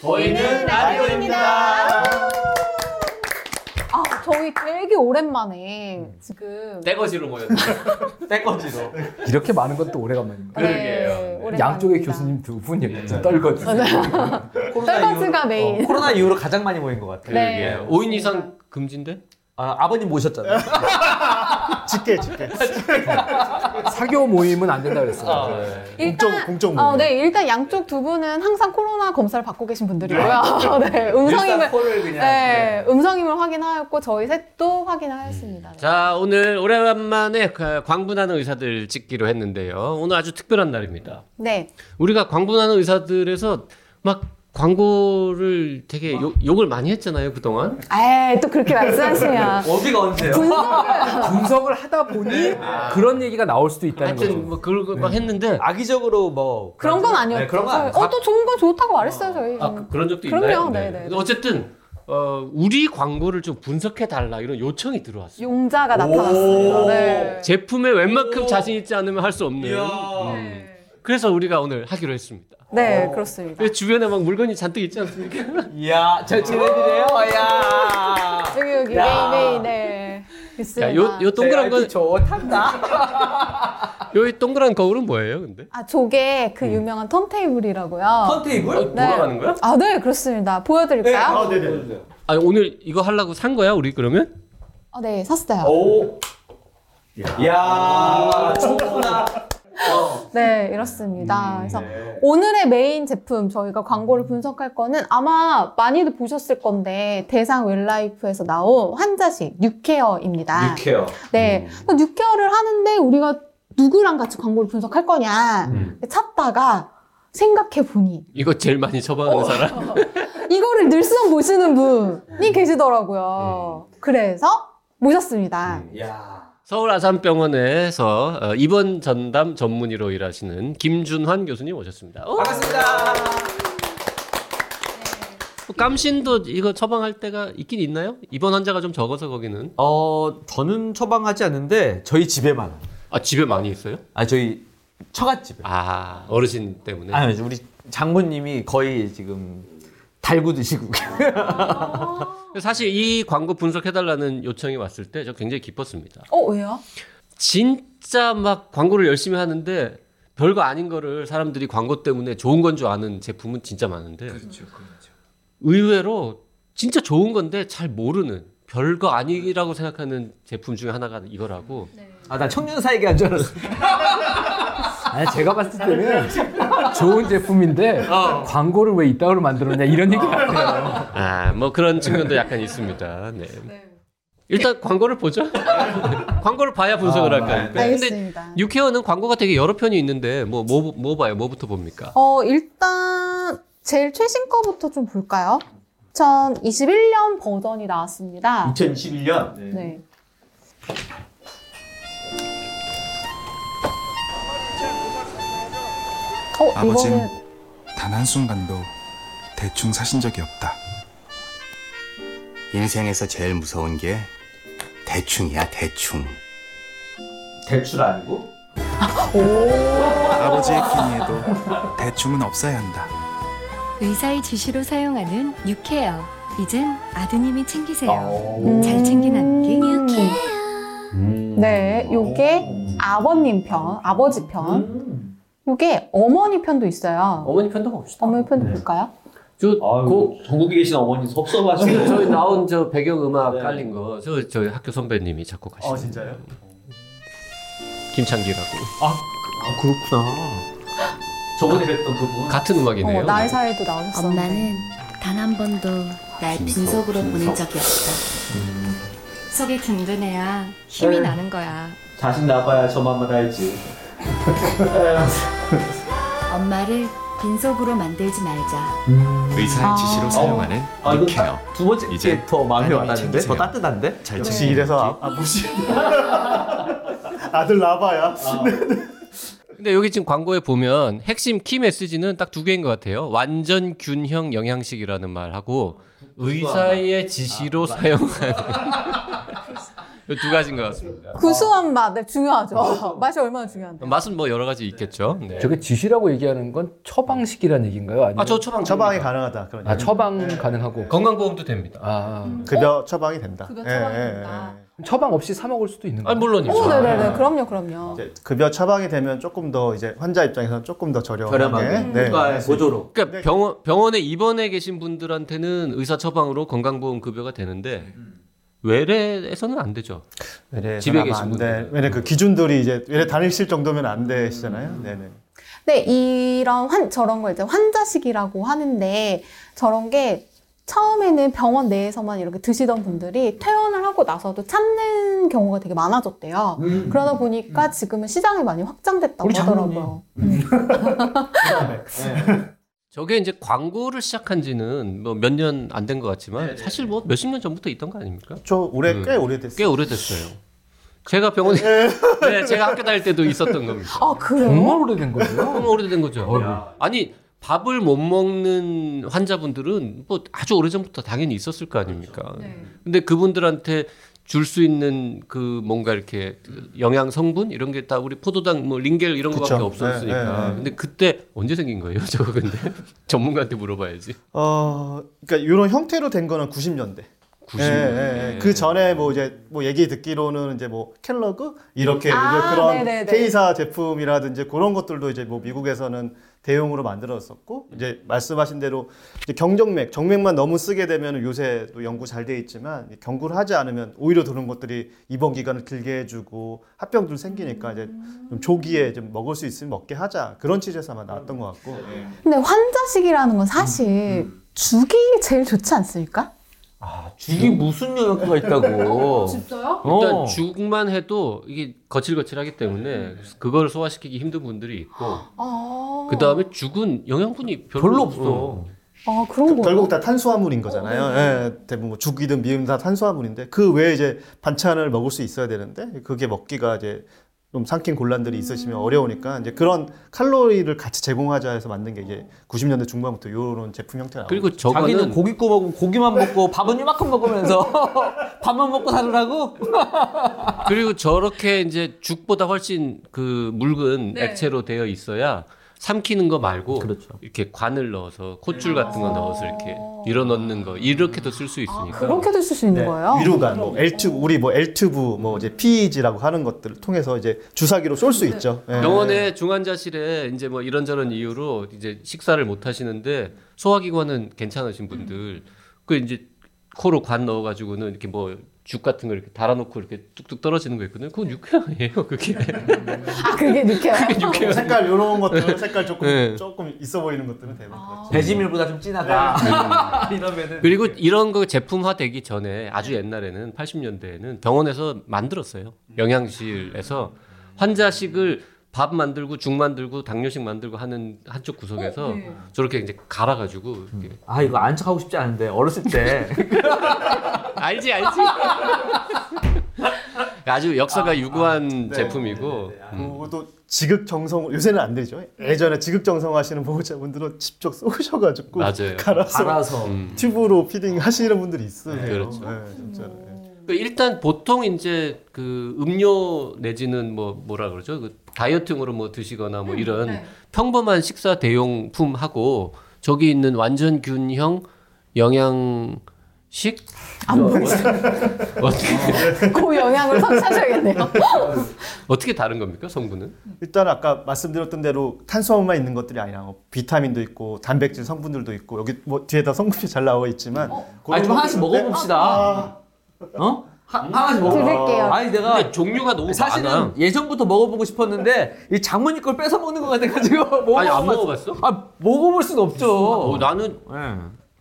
보이는 라디오입니다. 아, 저희 되게 음. 오랜만에 지금 떼거지로 모였네요. 떼거지로. 이렇게 많은 건 또 오래간만입니다. 그러게요. 네, 오랜만입니다. 양쪽의 교수님 두 분 여기 좀 떨거든요. 떼거지가 메인. 어, 네. 코로나 이후로 가장 많이 모인 것 같아요. 네. 그러게요. 5인 이상 금지인데? 아, 아버님 모셨잖아요. 직계 직계 사교 모임은 안 된다 그랬어요. 아, 일단 공적- 공적 어, 모임. 네, 일단 양쪽 두 분은 항상 코로나 검사를 받고 계신 분들이고요. 네, 음성임을 코를 그냥. 네, 음성임을 확인하였고 저희 셋도 확인하였습니다. 네. 자, 오늘 오랜만에 그 광분하는 의사들 찍기로 했는데요. 오늘 아주 특별한 날입니다. 네. 우리가 광분하는 의사들에서 막 광고를 되게 욕- 욕을 많이 했잖아요, 그동안. 에이, 또 그렇게 말씀하시면 어디가 언제요? 분석을 분석을 하다 보니 아. 그런 얘기가 나올 수도 있다는 거죠. 하여튼 뭐 그런 거막 했는데 악의적으로 뭐 그런 건 아니었죠. 네, 그런 건 아니었죠. 어, 또 좋은 거 좋다고 말했어요, 저희. 아, 그- 그런 적도 음. 그럼요, 있나요? 네, 네, 네. 어쨌든 어, 우리 광고를 좀 분석해 달라 이런 요청이 들어왔어요. 용자가 나타났습니다. 네. 제품에 웬만큼 자신 있지 않으면 할 수 없는. 이야. 그래서 우리가 오늘 하기로 했습니다. 네, 그렇습니다. 왜 주변에 막 물건이 잔뜩 있지 않습니까? 이야, 저 친구들이에요. 야. 여기 여기 야. 메인 메인 네. 있습니다. 야, 요, 요 네, 네, 동그란 건, 좋단다. 요이 동그란 거울은 뭐예요, 근데? 아, 저게 음. 그 유명한 턴테이블이라고요. 컨테이블? 네. 돌아가는 거야? 아, 네, 그렇습니다. 보여드릴까요? 아 네네 아, 오늘 이거 하려고 산 거야, 우리 그러면? 아, 네, 샀어요. 오. 이야, 좋구나. 어. 네, 이렇습니다. 그래서 오늘의 메인 제품 저희가 광고를 분석할 거는 아마 많이들 보셨을 건데 대상 웰라이프에서 나온 환자식 뉴케어입니다. 유쾌요. 네, 그래서 뉴케어를 하는데 우리가 누구랑 같이 광고를 분석할 거냐 찾다가 생각해 보니 이거 제일 많이 처방하는 사람? 이거를 늘상 보시는 음. 분이 계시더라고요. 그래서 모셨습니다. 음, 예. 이야. 서울 아산병원에서 어, 입원 전담 전문의로 일하시는 김준환 교수님 오셨습니다. 어, 반갑습니다. 뭐 깜신도 이거 처방할 때가 있긴 있나요? 입원 환자가 좀 적어서 거기는. 어, 저는 처방하지 않는데 저희 집에만. 와요. 아, 집에 많이 있어요? 아, 저희 처갓집에. 아, 어르신 때문에. 아, 우리 장모님이 거의 지금 달고 드시고. 사실 이 광고 분석해달라는 요청이 왔을 때 저 굉장히 기뻤습니다. 어, 왜요? 진짜 막 광고를 열심히 하는데 별거 아닌 거를 사람들이 광고 때문에 좋은 건 줄 아는 제품은 진짜 많은데 의외로 진짜 좋은 건데 잘 모르는 별거 아니라고 생각하는 제품 중에 하나가 이거라고 아, 나 청년 사에게 한줄 알았어. 아니 제가 봤을 때는 좋은 제품인데 어. 광고를 왜 이따위로 만들었냐 이런 얘기 네. 같아요. 아 뭐 그런 측면도 약간 있습니다. 네. 일단 광고를 보죠. 광고를 봐야 분석을 할 거니까. 네. 근데 알겠습니다. 유케어는 광고가 되게 여러 편이 있는데 뭐 뭐 뭐 봐요? 뭐부터 봅니까? 어, 일단 제일 최신 거부터 좀 볼까요? 2021년 버전이 나왔습니다. 2021년 아. 음. 네. 어, 아버지는 이거는 단 한순간도 대충 사신 적이 없다. 인생에서 제일 무서운 게 대충이야 대충 대출 아니고? 네. 아버지의 끼니에도 대충은 없어야 한다. 의사의 지시로 사용하는 뉴케어. 이젠 아드님이 챙기세요. 음. 잘 챙긴 안기. 네, 요게 아버님 편, 아버지 편. 음. 요게 어머니 편도 있어요. 어머니 편도 봅시다. 어머니 편도 볼까요? 저그 전국에 계신 어머니 섭섭하시고. 저희 나온 저 배경음악 깔린 거, 저 저희 학교 어, 선배님이 어, 작곡하신. 네. 진짜요? 김창기라고. 아, 그렇구나. 저번에 뵀던 그분. 같은 음악이네요. 어, 나의 사이도 나오셨어. 네. 엄마는 단 한 번도 날 분석으로 보낸 적이 없다. 음. 속이 든든해야 힘이 나는 거야. 자신 나봐야 저만만 알지. 엄마를 빈속으로 만들지 말자. 아. 의사의 지시로 사용하는 아, 이건 뉴케어. 두 번째 이제 이제 더 마음에 안녕히 와닿는데 더 챙기세요. 따뜻한데 네. 잘 역시 이래서 아, 무시. 아들 라바야. 근데 여기 지금 광고에 보면 핵심 키 메시지는 딱 두 개인 것 같아요. 완전 균형 영양식이라는 말하고 의사의 지시로 사용하는 이 두 가지인 것 같습니다. 구수한 맛, 네, 중요하죠. 맛이 얼마나 중요한데. 맛은 뭐 여러 가지 있겠죠. 네. 저게 지시라고 얘기하는 건 처방식이라는 얘기인가요? 아니면 아저 처방 처방이 가능하다. 그런 아, 얘기. 처방 가능하고 건강보험도 됩니다. 아 급여 처방이 된다. 급여 예, 처방이 예, 예. 된다. 처방 없이 사 먹을 수도 있는 아 거예요. 물론이죠. 오, 어, 네네네. 그럼요, 그럼요. 이제 급여 처방이 되면 조금 더 이제 환자 입장에서는 조금 더 아, 저렴하게. 저렴하게 네. 국가의 보조로 그러니까 병원 병원에 입원해 계신 분들한테는 의사 처방으로 건강보험 급여가 되는데 외래에서는 안 되죠. 외래에서는 집에 아마 계신 안 분들. 돼. 외래 그 기준들이 이제 외래 다니실 정도면 안 되시잖아요. 네네. 근데 이런 환, 저런 걸 이제 환자식이라고 하는데 저런 게 처음에는 병원 내에서만 이렇게 드시던 분들이 퇴원을 하고 나서도 참는 경우가 되게 많아졌대요. 그러다 보니까 지금은 시장이 많이 확장됐다고 우리 장모님. 하더라고요. 저게 이제 광고를 시작한 지는 뭐 몇 년 안 된 것 같지만 사실 뭐 몇십 년 전부터 있던 거 아닙니까? 저 올해 음. 꽤 오래됐어요. 꽤 오래됐어요. 제가 병원에 네, 제가 학교 다닐 때도 있었던 겁니다. 아, 그래요? 정말 오래된 거예요. 너무 오래된 거죠. 아니 밥을 못 먹는 환자분들은 뭐 아주 오래전부터 당연히 있었을 거 아닙니까? 근데 그분들한테 줄 수 있는 그 뭔가 이렇게 영양 성분 이런 게 다 우리 포도당 뭐 링겔 이런 그쵸. 거밖에 네, 네, 없었으니까. 네. 근데 그때 언제 생긴 거예요? 저거 근데 전문가한테 물어봐야지. 어, 그러니까 이런 형태로 된 거는 90년대. 90년대. 예, 예, 예. 그 전에 뭐 이제 뭐 얘기 듣기로는 이제 뭐 켈러그 이렇게 아, 이제 그런 네네네. K사 제품이라든지 그런 것들도 이제 뭐 미국에서는 대용으로 만들었었고 이제 말씀하신 대로 이제 경정맥 정맥만 너무 쓰게 되면 요새도 연구 잘 돼 있지만 경구를 하지 않으면 오히려 그런 것들이 입원 기간을 길게 해주고 합병도 생기니까 이제 음. 좀 조기에 좀 먹을 수 있으면 먹게 하자 그런 취지에서 아마 나왔던 것 같고 네. 예. 근데 환자식이라는 건 사실 죽이 제일 좋지 않습니까? 죽이 아, 무슨 영양가가 있다고 진짜요? 일단 어. 죽만 해도 이게 거칠거칠하기 때문에 그걸 소화시키기 힘든 분들이 있고 아. 그 다음에 죽은 영양분이 별로, 별로 없어 어. 아, 그런 거. 결국 다 탄수화물인 거잖아요. 예, 대부분 뭐 죽이든 미음 다 탄수화물인데 그 외에 이제 반찬을 먹을 수 있어야 되는데 그게 먹기가 이제 좀 삼킨 곤란들이 있으시면 어려우니까 이제 그런 칼로리를 같이 제공하자 해서 만든 게 이제 90년대 중반부터 이런 제품 형태가 나오고 그리고 자기는 저거는 고기 구워 먹고 고기만 먹고 밥은 이만큼 먹으면서 밥만 먹고 살으라고 그리고 저렇게 이제 죽보다 훨씬 그 묽은 네. 액체로 되어 있어야 삼키는 거 말고 그렇죠. 이렇게 관을 넣어서 콧줄 같은 거 넣어서 이렇게 밀어 넣는 거 이렇게도 쓸 수 있으니까 아. 그렇게도 쓸 수 네. 있는 거예요? 위로간 뭐 L튜브 우리 뭐 L튜브 뭐 이제 PEG라고 하는 것들을 통해서 이제 주사기로 쏠 수 있죠. 예. 병원의 중환자실에 이제 뭐 이런저런 이유로 이제 식사를 못 하시는데 소화기관은 괜찮으신 분들 그 이제 코로 관 넣어가지고는 이렇게 뭐 죽 같은 거 이렇게 달아놓고 이렇게 뚝뚝 떨어지는 거 있거든요. 그건 육회예요, 그게. 아, 그게 느껴요. 뭐 색깔 이런 것들 색깔 조금 예. 조금 있어 보이는 것들은 대부분 그렇죠. 네, 배지밀보다 좀 진하다 네. 이러면은 그리고 이런 거 제품화 되기 전에 아주 옛날에는 80년대에는 병원에서 만들었어요. 영양실에서 환자식을 밥 만들고 죽 만들고 당뇨식 만들고 하는 한쪽 구석에서 저렇게 이제 갈아가지고 이렇게. 아 이거 안 척하고 싶지 않은데 어렸을 때 알지 알지. 아주 네. 역사가 유구한 제품이고 음. 그것도 지극정성 요새는 안 되죠. 예전에 지극정성 하시는 보호자분들은 직접 쏘셔가지고 맞아요. 갈아서 갈아서 튜브로 피딩 하시는 분들이 있어요. 네, 그렇죠. 네, 진짜. 네. 그 일단 보통 이제 그 음료 내지는 뭐 뭐라 그러죠 그 다이어트용으로 뭐 드시거나 음, 뭐 이런 네. 평범한 식사 대용품하고 저기 있는 완전 균형 영양식 안 보이죠. 어떻게 그 영향을 선사하셔야겠네요. 어떻게 다른 겁니까 성분은? 일단 아까 말씀드렸던 대로 탄수화물만 있는 것들이 아니라 뭐 비타민도 있고 단백질 성분들도 있고 여기 뭐 뒤에다 성분이 잘 나와 있지만 그런 어? 아니 좀 하나씩 것들인데 아, 먹어봅시다 어? 하, 하나씩 먹어 드릴게요. 네. 아니 내가 근데 종류가 너무 사실은 많아. 예전부터 먹어보고 싶었는데 이 장모님 걸 뺏어 먹는 것 같아가지고 먹어봤어. 아니, 안 먹어봤어? 아 먹어볼 순 없죠. 어, 나는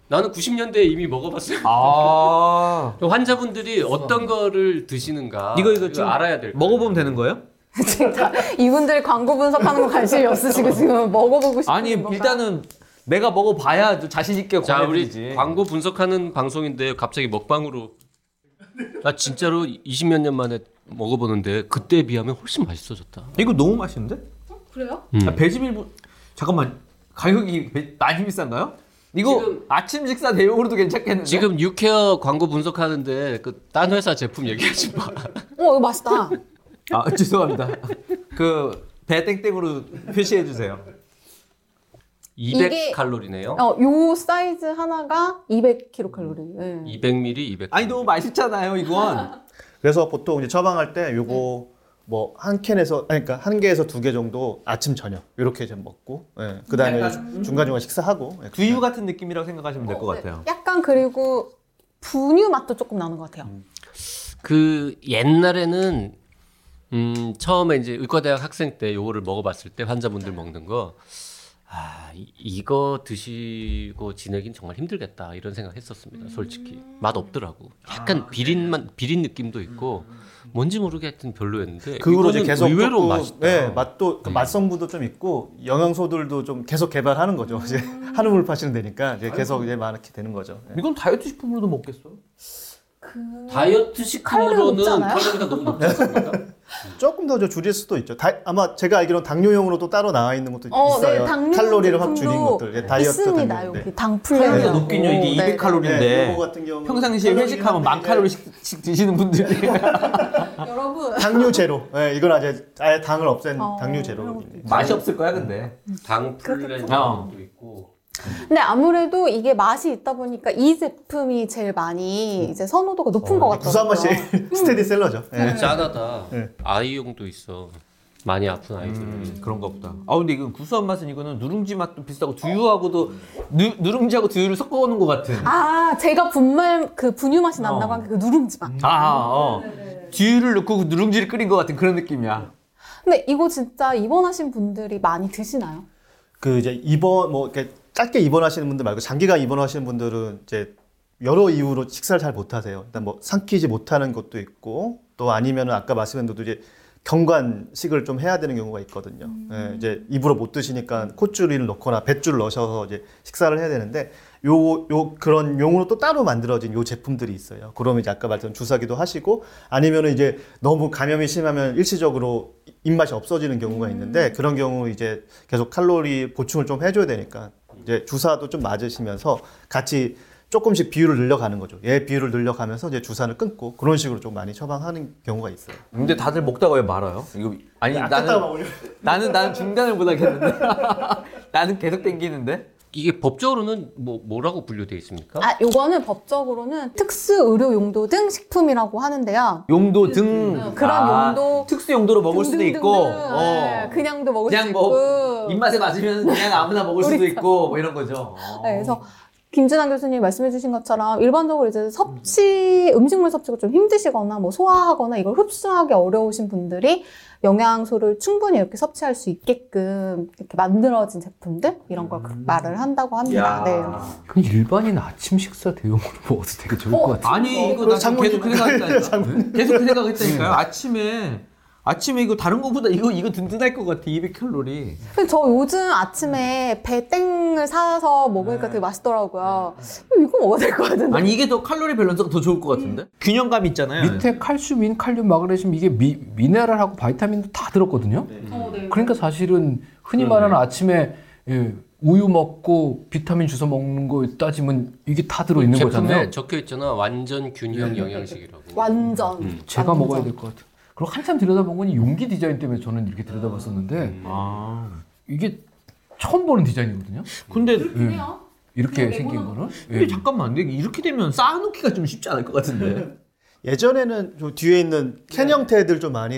나는 90년대에 이미 먹어봤어요. 네. 아 환자분들이 어떤 거를 드시는가 이거 이거 좀 알아야 될 거예요. 먹어보면 되는 거예요? 지금 다 이분들 광고 분석하는 거 관심이 없으시고 지금 네, 먹어보고 싶은 아니 건가? 일단은 내가 먹어봐야 좀 자신 있게 자 우리 권해드리지. 광고 분석하는 방송인데 갑자기 먹방으로 나 진짜로 20몇 년 만에 먹어보는데 그때에 비하면 훨씬 맛있어졌다. 이거 너무 맛있는데? 그래요? 음. 아, 배지밀부 잠깐만 가격이 배- 많이 비싼가요? 이거 아침 식사 대용으로도 괜찮겠는데? 지금 유케어 광고 분석하는데 그 딴 회사 제품 얘기하지 마. 어 이거 맛있다. 아 죄송합니다. 그 배땡땡으로 표시해 주세요. 200 이게- 칼로리네요. 어요 사이즈 하나가 200kcal. 음, 예. 200ml 200. 아니 너무 맛있잖아요 이건. 그래서 보통 이제 처방할 때 요거 네. 뭐 한 캔에서 아니 그러니까 한 개에서 두 개 정도 아침 저녁 이렇게 좀 먹고 예. 그다음에 약간- 중간 중간 식사하고 예. 네. 두유 같은 느낌이라고 생각하시면 될 것 같아요. 약간 그리고 분유 맛도 조금 나는 것 같아요. 그 옛날에는 음, 처음에 이제 의과대학 학생 때 요거를 먹어봤을 때 환자분들 먹는 거 아, 이- 이거 드시고 지내긴 정말 힘들겠다 이런 생각했었습니다. 솔직히 음. 맛 없더라고. 약간 비린만 비린 느낌도 있고 뭔지 모르게 하여튼 별로였는데 그 후로 이제 이거는 계속 의외로 조금, 맛있다. 예, 맛도 음. 그 맛성부도 좀 있고 영양소들도 좀 계속 개발하는 거죠. 이제 한우물 파시는 데니까 이제 계속 이제 많게 되는 거죠. 예. 이건 다이어트 식품으로도 먹겠어요? 다이어트 식품으로는 칼로리가 높잖아요. 칼로리가 너무 높지 않습니까? 조금 더 좀 줄일 수도 있죠. 다- 아마 제가 알기로는 당뇨용으로 또 따로 나와 있는 것도 어, 있어요. 당류 칼로리를 확 줄인 제품도 것들, 예, 다이어트 있습니다. 그 당류. 여기 네, 네. 당플레이 칼로리가 높긴요. 이게 200 칼로리인데. 요거 같은 경우 평상시에 회식하면 만 칼로리씩 드시는 네. 분들이 여러분 당류 제로. 예, 이건 아예 아예 당을 없앤 어, 당류 그런 제로. 것도 맛이 없을 거야 근데. 음. 당 어. 플랜도 있고 근데 아무래도 이게 맛이 있다 보니까 이 제품이 제일 많이 음. 이제 선호도가 높은 어, 것 같아요. 음. 구산 맛이 스테디셀러죠. 예. 짠하다. 네. 아이용도 있어. 많이 아픈 아이들. 음, 그런가 보다. 아 근데 이건 구수한 맛은 이거는 누룽지 맛도 비슷하고 두유하고도 누, 누룽지하고 두유를 섞어 놓은 것 같은. 아 제가 분말 그 분유 어. 맛이 난다고 한 게 그 누룽지 맛. 아, 어. 네, 두유를 넣고 그 누룽지를 끓인 것 같은 그런 느낌이야. 근데 이거 진짜 입원하신 분들이 많이 드시나요? 그 이제 입원 뭐 이렇게 짧게 입원하시는 분들 말고 장기간 입원하시는 분들은 이제 여러 이유로 식사를 잘 못하세요. 일단 뭐 삼키지 못하는 것도 있고 또 아니면은 아까 말씀드린 대로 이제 경관식을 좀 해야 되는 경우가 있거든요. 예, 이제 입으로 못 드시니까 콧줄을 넣거나 뱃줄을 넣으셔서 이제 식사를 해야 되는데 요, 요 그런 용으로 또 따로 만들어진 요 제품들이 있어요. 그러면 이제 아까 말씀 주사기도 하시고 아니면은 이제 너무 감염이 심하면 일시적으로 입맛이 없어지는 음. 경우가 있는데 그런 경우 이제 계속 칼로리 보충을 좀 해줘야 되니까 이제 주사도 좀 맞으시면서 같이 조금씩 비율을 늘려가는 거죠. 얘 비율을 늘려가면서 이제 주사를 끊고 그런 식으로 좀 많이 처방하는 경우가 있어요. 근데 다들 먹다가 왜 말아요? 이거 아니 뜯다가 나는 나는 나는 중단을 못 하겠는데. 나는 계속 땡기는데. 이게 법적으로는 뭐 뭐라고 분류되어 있습니까? 아 요거는 법적으로는 특수 의료 용도 등 식품이라고 하는데요. 용도 등 그런 아, 용도 특수 용도로 먹을 수도 등등등등. 있고 네, 어. 그냥도 먹을 수 그냥 있고 뭐 입맛에 맞으면 그냥 아무나 먹을 수도 있고 뭐 이런 거죠. 어. 네, 그래서 김준환 교수님이 말씀해주신 것처럼 일반적으로 이제 섭취 음식물 섭취가 좀 힘드시거나 뭐 소화하거나 이걸 흡수하기 어려우신 분들이 영양소를 충분히 이렇게 섭취할 수 있게끔 이렇게 만들어진 제품들 이런 걸그 음. 말을 한다고 합니다. 네. 그럼 일반인 아침 식사 대용으로 먹어도 되게 좋을 것 같아요. 아니 이거 나 지금 계속 그 생각했다니까. 계속 그 생각했다니까요. 아침에 아침에 이거 다른 거보다 이거 이거 든든할 것 같아. 200칼로리. 근데 저 요즘 음. 아침에 배땡을 사서 먹으니까 되게 맛있더라고요. 이거 먹어야 될 것 같은데. 네. 아니 이게 더 칼로리 밸런스가 더 좋을 것 같은데? 음. 균형감 네. 있잖아요. 밑에 칼슘인 칼륨 마그네슘 이게 미, 미네랄하고 바이타민도 다 들었거든요. 네. 그러니까 사실은 흔히 말하는 아침에 예, 우유 먹고 비타민 주워 먹는 거 따지면 이게 다 들어 있는 제품에 거잖아요. 적혀 있잖아. 완전 균형 영양식이라고. 완전. 음, 아, 제가 완전. 먹어야 될 것 같아요. 그리고 한참 들여다본 건 용기 디자인 때문에 저는 이렇게 음. 들여다봤었는데 아. 이게 처음 보는 디자인이거든요. 근데 예, 이렇게 생긴 거는 예. 근데 잠깐만, 근데 이렇게 되면 쌓아놓기가 좀 쉽지 않을 것 같은데. 예전에는 저 뒤에 있는 캔 형태들 좀 많이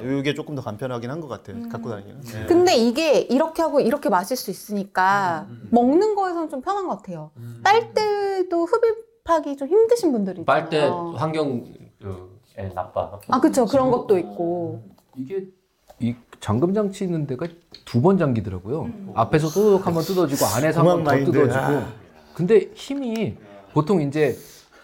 네, 음. 이게 조금 더 간편하긴 한 것 같아요. 갖고 다니기는. 네. 근데 이게 이렇게 하고 이렇게 마실 수 있으니까 먹는 거에선 좀 편한 것 같아요. 딸 때도 흡입하기 좀 힘드신 분들이 있잖아요. 빨대 환경 어. 에 나빠. 아 그렇죠 그런 것도 있고. 이게 이 잠금 장치 있는 데가 두 번 잠기더라고요. 앞에서 또둑 한번 뜯어지고 안에서 공항 아. 한번 더 마인드. 뜯어지고. 아. 근데 힘이 보통 이제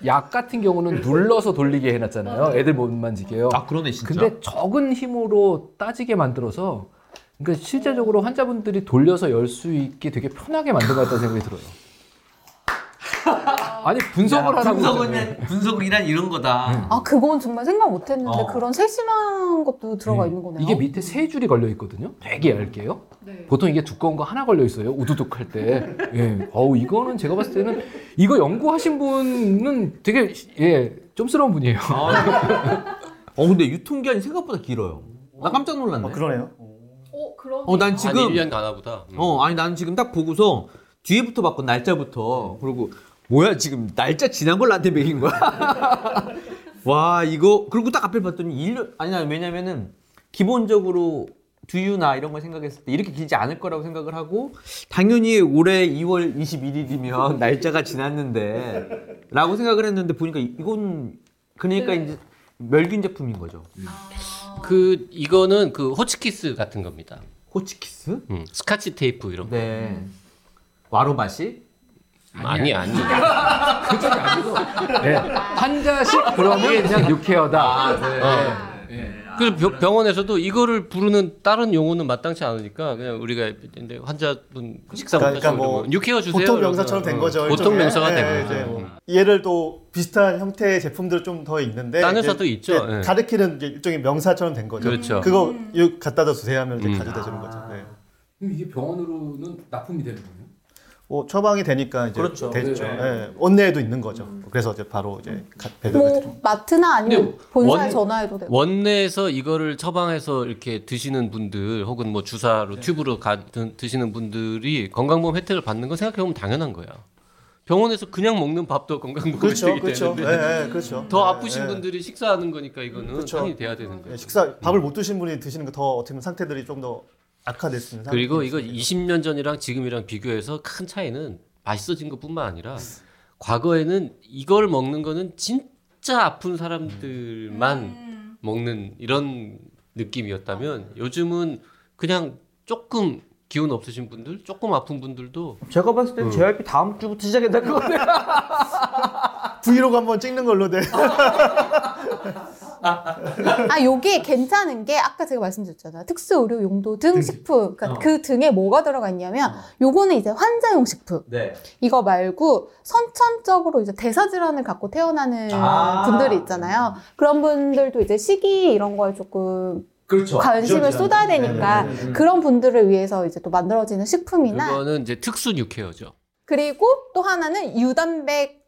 약 같은 경우는 눌러서 돌리게 해놨잖아요. 애들 못 만지게요. 아, 그러네, 진짜. 근데 적은 힘으로 따지게 만들어서 그러니까 실제적으로 환자분들이 돌려서 열 수 있게 되게 편하게 만든 것 같다는 생각이 들어요. 아니 분석을 야, 하라고 분석은 분석이란 이런 거다. 아 그건 정말 생각 못했는데 어. 그런 세심한 것도 들어가 있는 거네요. 이게 밑에 세 줄이 걸려 있거든요. 되게 얇게요. 네. 보통 이게 두꺼운 거 하나 걸려 있어요. 우두둑 할 때. 예. 어우 이거는 제가 봤을 때는 이거 연구하신 분은 되게 예 쫌스러운 분이에요. 어 근데 유통기한이 생각보다 길어요. 나 깜짝 놀랐네. 그러네요. 어 그럼. 어, 난 한 지금 1년 가나 보다. 음. 어, 아니 나는 지금 딱 보고서 뒤에부터 봤고 음. 날짜부터 그리고 뭐야 지금 날짜 지난 걸 나한테 매긴 거야? 와 이거 그리고 딱 앞에 봤더니 1년 아니 난 왜냐면은 기본적으로 두유나 이런 걸 생각했을 때 이렇게 길지 않을 거라고 생각을 하고 당연히 올해 2월 21일이면 날짜가 지났는데 라고 생각을 했는데 보니까 이- 이건 그러니까 이제 멸균 제품인 거죠. 음. 그 이거는 그 호치키스 같은 겁니다. 호치키스? 음, 스카치 테이프 이런 거. 네. 와로 맛이? 아니 아니. 예. 환자식 그러면 그냥 육해어다. 그래서 병- 병원에서도 이거를 부르는 다른 용어는 마땅치 않으니까 그냥 우리가 근데 환자분 식사 못해서 그러니까- 그러니까 뭐 뭐 뉴케어 주세요. 보통 이러면. 명사처럼 된 거죠. 보통 일종의. 명사가 예, 된 이제 거죠. 뭐 음. 얘를 또 비슷한 형태의 제품들 좀 더 있는데 다른 이제 회사도 있죠. 이제 예. 가르키는 이제 일종의 명사처럼 된 거죠. 그렇죠. 그거 이거 갖다다 주세요 하면 이제 음. 가져다 주는 거죠. 네. 그럼 이게 병원으로는 납품이 되는 거예요? 뭐 처방이 되니까 이제 그렇죠. 됐죠. 네. 예, 원내에도 있는 거죠. 그래서 이제 바로 이제 가- 배달을 드립니다. 뭐 마트나 아니면 근데 본사에 원- 전화해도 되고. 원내에서 이거를 처방해서 이렇게 드시는 분들 혹은 뭐 주사로 네. 튜브로 가, 드, 드시는 분들이 건강보험 혜택을 받는 건 생각해 보면 당연한 거야. 병원에서 그냥 먹는 밥도 건강보험 그렇죠, 혜택이 그렇죠. 되는데 예, 예, 그렇죠. 네. 더 예, 아프신 예. 분들이 식사하는 거니까 이거는 그렇죠. 당연히 돼야 되는 거예요. 예, 식사 밥을 못 드신 분이 드시는 거 더 어떻게 보면 상태들이 좀 더 악화됐습니다. 그리고 이거 20년 전이랑 지금이랑 비교해서 큰 차이는 맛있어진 것뿐만 아니라 과거에는 이걸 먹는 거는 진짜 아픈 사람들만 먹는 이런 느낌이었다면 요즘은 그냥 조금 기운 없으신 분들, 조금 아픈 분들도 제가 봤을 때 JYP 다음 주부터 시작해야 될 것 같아요. 브이로그 한번 찍는 걸로 네. 돼. 아 요게 괜찮은 게 아까 제가 말씀드렸잖아요. 특수 의료 용도 등 식품. 그러니까 그 등에 뭐가 들어가 있냐면 요거는 이제 환자용 식품. 네. 이거 말고 선천적으로 이제 대사 질환을 갖고 태어나는 아. 분들이 있잖아요. 그런 분들도 이제 식이 이런 거에 조금 그렇죠. 네, 관심을 쏟아야 되니까 그런 분들을 위해서 이제 또 만들어지는 식품이나 그거는 이제 특수 뉴케어죠. 그리고 또 하나는 유단백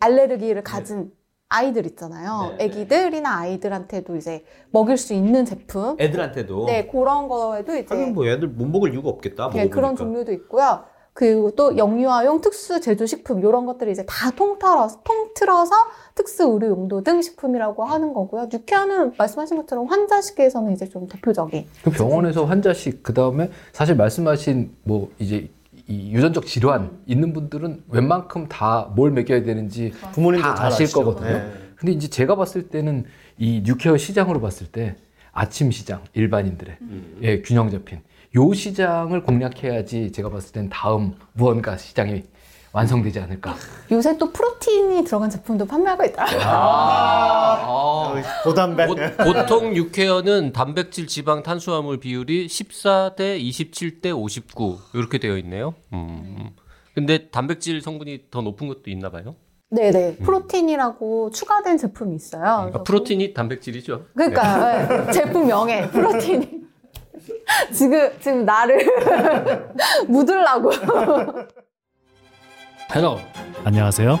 알레르기를 가진 아이들 있잖아요. 네, 아기들이나 아이들한테도 이제 먹일 수 있는 제품. 애들한테도. 네, 그런 거에도 이제 하긴 뭐 애들 못 먹을 이유가 없겠다. 예, 그런 종류도 있고요. 그리고 또 영유아용 특수 제조 식품 이런 것들이 이제 다 통틀어서, 통틀어서 특수 의료 용도 등 식품이라고 하는 거고요. 뉴케아는 말씀하신 것처럼 환자식에서는 이제 좀 대표적인 그 병원에서 환자식 그다음에 사실 말씀하신 뭐 이제 이 유전적 질환 있는 분들은 웬만큼 다 뭘 먹여야 되는지 부모님도 다 잘 아실 아시죠. 거거든요. 네. 근데 이제 제가 봤을 때는 이 뉴케어 시장으로 봤을 때 아침 시장 일반인들의 음. 예, 균형 잡힌 요 시장을 공략해야지 제가 봤을 땐 다음 무언가 시장이 완성되지 않을까. 요새 또 프로틴이 들어간 제품도 판매하고 있더라고요. 어. 아, 고단백. 보, 보통 육회어는 단백질, 지방, 탄수화물 비율이 14대 27대 59 이렇게 되어 있네요. 음. 근데 단백질 성분이 더 높은 것도 있나 봐요. 네네. 프로틴이라고 추가된 제품이 있어요. 아, 프로틴이 단백질이죠. 그러니까 예, 제품 명에 프로틴이. 지금, 지금 나를 묻으려고. 헬로 안녕하세요.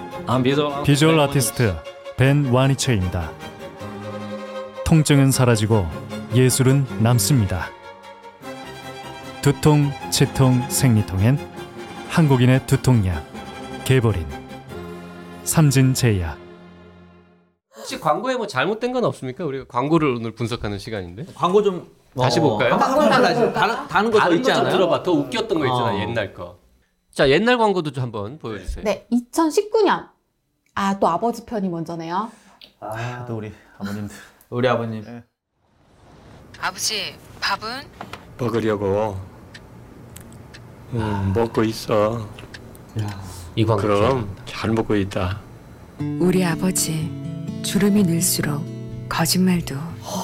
비주얼 아티스트 벤 와니체입니다. 통증은 사라지고 예술은 남습니다. 두통, 치통, 생리통엔 한국인의 두통약 개보린 삼진제약 혹시 광고에 뭐 잘못된 건 없습니까? 우리가 광고를 오늘 분석하는 시간인데. 광고 좀 어, 다시 볼까요? 광고 다시 다른 다른 거더 다른 있지 거 좀 않아요? 들어봐. 더 웃겼던 거 있잖아. 어. 옛날 거. 자, 옛날 광고도 좀 한번 보여 주세요. 네, 2019년. 아, 또 아버지 편이 먼저네요. 아, 또 우리 아버님들. 우리 아버님. 아버지, 밥은? 먹으려고 음, 먹고 있어. 이 광고 그럼 잘 먹고 있다. 우리 아버지 주름이 늘수록 거짓말도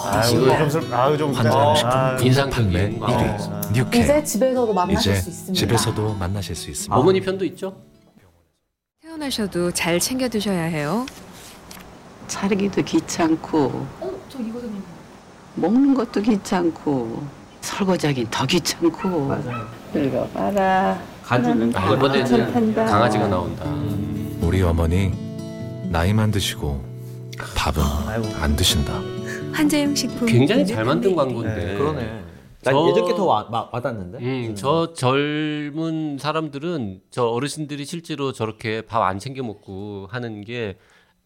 아유 좀 슬. 아유 좀 환자식품 아, 인상적인 아, 1위 뉴케 이제 집에서도 만나실 이제 수 있습니다. 집에서도 만나실 수 있습니다. 어머니 편도 있죠? 태어나셔도 잘 챙겨 드셔야 해요. 차리기도 귀찮고 어, 저 이거 좀 먹는 것도 귀찮고 설거지하긴 더 귀찮고 늙어봐라 가죽 아, 이번에 네. 이제 탄다. 강아지가 네. 나온다. 음. 우리 어머니 나이만 드시고 밥은 안 드신다. 환자용 식품 네. 굉장히 잘 만든 광고인데. 그러네. 난 예전께 더 와, 와- 와닿는데. 음, 저 젊은 사람들은 저 어르신들이 실제로 저렇게 밥 안 챙겨 먹고 하는 게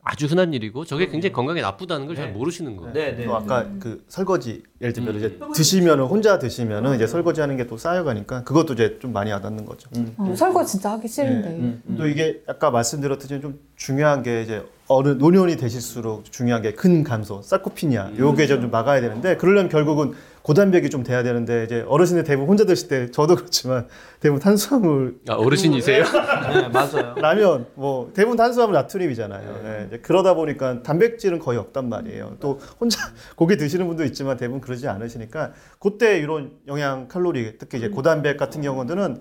아주 흔한 일이고 저게 굉장히 건강에 나쁘다는 네. 걸 잘 모르시는 네, 거예요. 또 아까 그 설거지 예를 들면 이제 드시면은 혼자 드시면은 이제 설거지하는 게 또 쌓여가니까 그것도 이제 좀 많이 와닿는 거죠. 어, 설거지 진짜 하기 음. 싫은데. 네. 음, 또 이게 아까 말씀드렸듯이 좀 중요한 게 이제 어른 노년이 되실수록 중요한 게 근 감소, 음. sarcopenia 요게 좀 막아야 되는데 그러려면 결국은 고단백이 좀 돼야 되는데 이제 어르신들 대부분 혼자 드실 때 저도 그렇지만 대부분 탄수화물 아, 어르신이세요? 네, 맞아요. 네. 라면 뭐 대부분 탄수화물 나트륨이잖아요. 예, 이제 그러다 보니까 단백질은 거의 없단 말이에요. 또 네. 혼자 고기 드시는 분도 있지만 대부분 그러지 않으시니까 그때 이런 영양 칼로리 음. 특히 이제 고단백 같은 경우들은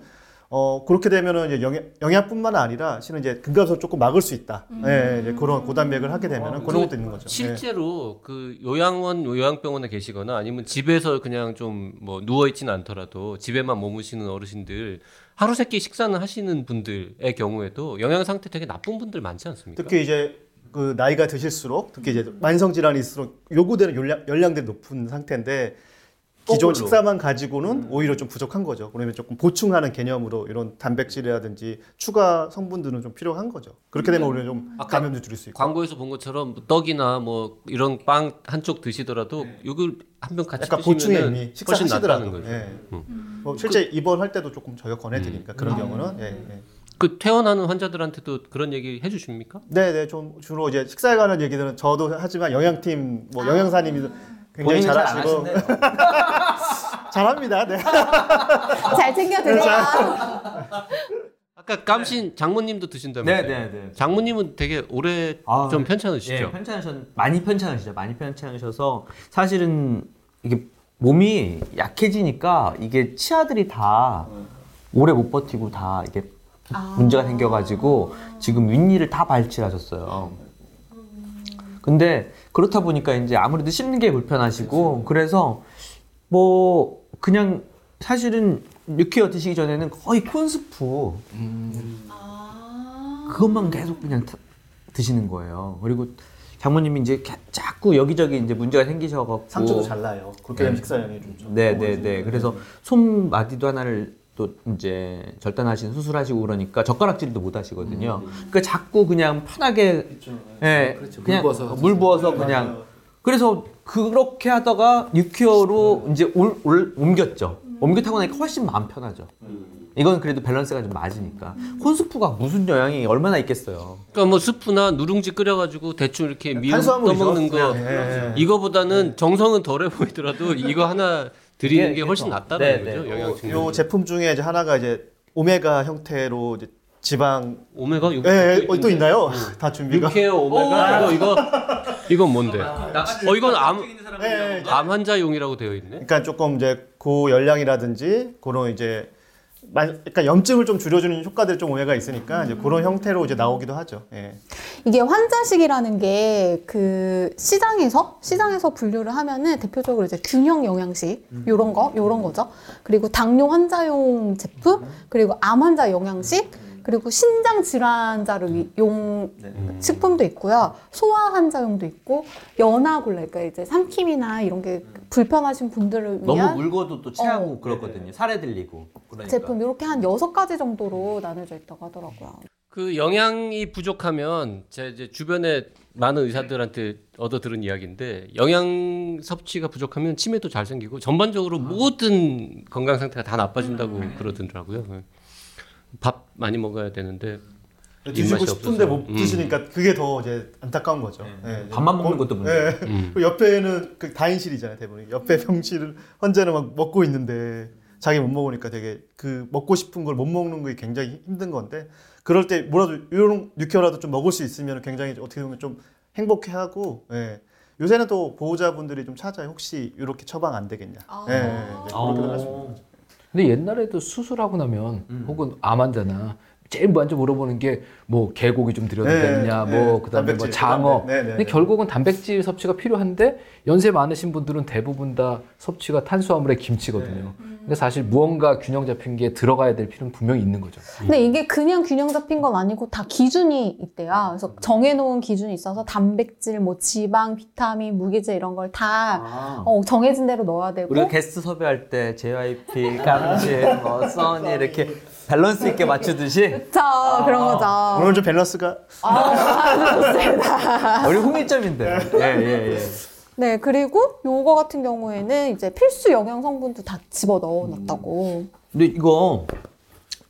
어 그렇게 되면은 이제 영양, 영양뿐만 아니라 실은 이제 근감소 조금 막을 수 있다. 음. 예, 이제 그런 고단백을 하게 어, 되면은 그런 것도 있는 거죠. 예. 실제로 그 요양원 요양병원에 계시거나 아니면 집에서 그냥 좀 뭐 누워 있지는 않더라도 집에만 머무시는 어르신들 하루 세끼 식사는 하시는 분들의 경우에도 영양 상태 되게 나쁜 분들 많지 않습니까? 특히 이제 그 나이가 드실수록 특히 이제 만성 질환이 있을수록 요구되는 열량, 열량들이 높은 상태인데 기존 거꾸로. 식사만 가지고는 오히려 좀 부족한 거죠. 그러면 조금 보충하는 개념으로 이런 단백질이라든지 추가 성분들은 좀 필요한 거죠. 그렇게 되면 오히려 좀 감염도 줄일 수 있고. 광고에서 본 것처럼 뭐 떡이나 뭐 이런 빵 한쪽 드시더라도 네. 요걸 한 병 같이 약간 보충의 드시면 의미, 훨씬 식사하시더라도. 낫다는 거죠. 예. 음. 뭐 실제 입원할 때도 조금 저희가 권해드리니까 그런 경우는 예, 예. 그 퇴원하는 환자들한테도 그런 얘기 해주십니까? 네, 네, 좀 주로 이제 식사에 관한 얘기들은 저도 하지만 영양팀 뭐 영양사님이 본인은 굉장히 잘안 잘하시고 잘합니다. 네. 잘 챙겨 드세요. 아까 네. 깜신 장모님도 드신다면서요? 네, 네, 네. 장모님은 되게 오래 아, 네. 좀 편찮으시죠? 예, 편찮으셨 많이 편찮으시죠. 많이 편찮으셔서 사실은 이게 몸이 약해지니까 이게 치아들이 다 오래 못 버티고 다 이게 문제가 생겨가지고 지금 윗니를 다 발치하셨어요. 근데 그렇다 보니까 이제 아무래도 씹는 게 불편하시고 그래서 뭐 그냥 사실은 육회 드시기 전에는 거의 콘스프 그것만 계속 그냥 타- 드시는 거예요. 그리고 장모님이 이제 개- 자꾸 여기저기 이제 문제가 생기셔갖고 상처도 잘 나요. 그렇게 되면 네. 식사량이 좀 적고 네, 네, 네. 그래서 손마디도 하나를 또 이제 절단하신 수술하시고 그러니까 젓가락질도 못 하시거든요. 그러니까 자꾸 그냥 편하게 예, 그냥 물 부어서, 그냥 그래서 그렇게 하다가 6개월로 이제 올, 올- 옮겼죠. 음. 옮겨 타고 나니까 훨씬 마음 편하죠. 이건 그래도 밸런스가 좀 맞으니까 콘수프가 무슨 영향이 얼마나 있겠어요. 그러니까 뭐 스프나 누룽지 끓여가지고 대충 네, 이렇게 미음 탄수화물이죠. 떠먹는 거 그냥, 예, 예. 이거보다는 정성은 덜해 보이더라도 이거 하나 드리는 예, 게 예, 훨씬 더. 낫다는 네, 거죠 네. 영양 요, 증 제품 중에 이제 하나가 이제 오메가 형태로 이제 지방 오메가 예, 예, 어, 또 있나요? 다 준비가 육회 오메가 이거 이거 이건 뭔데? 어 이건 암, 암 환자용이라고 되어 있네. 그러니까 조금 이제 고열량이라든지 그런 이제 만- 그러니까 염증을 좀 줄여주는 효과들 좀 오해가 있으니까 이제 그런 형태로 이제 나오기도 하죠. 예. 이게 환자식이라는 게 그 시장에서 시장에서 분류를 하면은 대표적으로 이제 균형 영양식 요런 거 요런 거죠. 그리고 당뇨 환자용 제품 그리고 암 환자 영양식 그리고 신장 질환자를 위- 용 식품도 있고요. 소아 환자용도 있고 연하골라 그러니까 이제 삼킴이나 이런 게 불편하신 분들을 너무 위한 물고도 또 체하고 그렇거든요. 살에 들리고. 그러니까. 어. 제품 이렇게 한 여섯 가지 정도로 나눠져 있다고 하더라고요. 그 영양이 부족하면 제 이제 주변에 많은 의사들한테 얻어 들은 이야기인데 영양 섭취가 부족하면 치매도 잘 생기고 전반적으로 모든 건강 상태가 다 나빠진다고 그러더라고요. 밥 많이 먹어야 되는데 드시고 입맛이 싶은데 없어서. 못 음. 드시니까 그게 더 이제 안타까운 거죠. 예. 밥만 먹는 것도 문제. 예. 음. 그리고 옆에는 그 다인실이잖아요, 대부분. 옆에 병실을 환자는 막 먹고 있는데 자기 못 먹으니까 되게 그 먹고 싶은 걸 못 먹는 게 굉장히 힘든 건데 그럴 때 뭐라도 이런 육회라도 좀 먹을 수 있으면 굉장히 어떻게 보면 좀 행복해하고 예. 요새는 또 보호자분들이 좀 찾아요. 혹시 이렇게 처방 안 되겠냐. 예, 예, 예. 아. 그렇게 하죠. 어. 근데 옛날에도 수술하고 나면 음. 혹은 암 환자나 제일 먼저 물어보는 게 뭐 개고기 좀 드려도 네, 되느냐, 네. 뭐 그다음에 뭐 단백질, 장어. 네, 네, 네, 근데 네. 결국은 단백질 섭취가 필요한데 연세 많으신 분들은 대부분 다 섭취가 탄수화물에 김치거든요. 네. 근데 사실 무언가 균형 잡힌 게 들어가야 될 필요는 분명히 있는 거죠. 근데 이게 그냥 균형 잡힌 건 아니고 다 기준이 있대요. 음. 그래서 정해놓은 기준이 있어서 단백질, 뭐 지방, 비타민, 무기질 이런 걸 다 아. 어, 정해진 대로 넣어야 되고 우리가 게스트 섭외할 때 JYP, 깜질, 뭐 써니 이렇게 밸런스 있게 맞추듯이 저 아. 그런 거죠. 오늘 좀 밸런스가 아, 좋습니다. 우리 홍일점인데. 예, 예, 예. 네, 그리고 요거 같은 경우에는 이제 필수 영양 성분도 다 집어 넣어놨다고. 근데 이거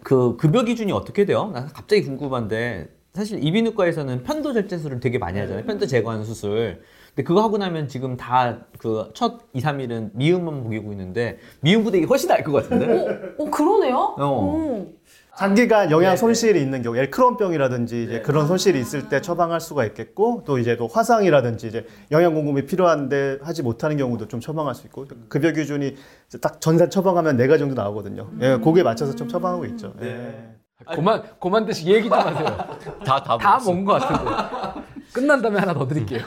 그 급여 기준이 어떻게 돼요? 나 갑자기 궁금한데 사실 이비인후과에서는 편도 절제 수술을 되게 많이 하잖아요. 편도 제거하는 수술. 근데 그거 하고 나면 지금 다 그 첫 2, 3일은 미음만 보이고 있는데 미음보다 이게 훨씬 나을 것 같은데? 오, 그러네요? 어. 장기간 영양 손실이 있는 경우, 예를 크론병이라든지 이제 그런 손실이 있을 때 처방할 수가 있겠고, 또 이제 또 화상이라든지 이제 영양 공급이 필요한데 하지 못하는 경우도 좀 처방할 수 있고, 급여 기준이 이제 딱 전산 처방하면 네 가지 정도 나오거든요. 예, 거기에 맞춰서 좀 처방하고 있죠. 예. 고만 고만 듯이 얘기 좀 하세요. 다, 다, 다 먹은 것 같은데. 끝난 다음에 하나 더 드릴게요.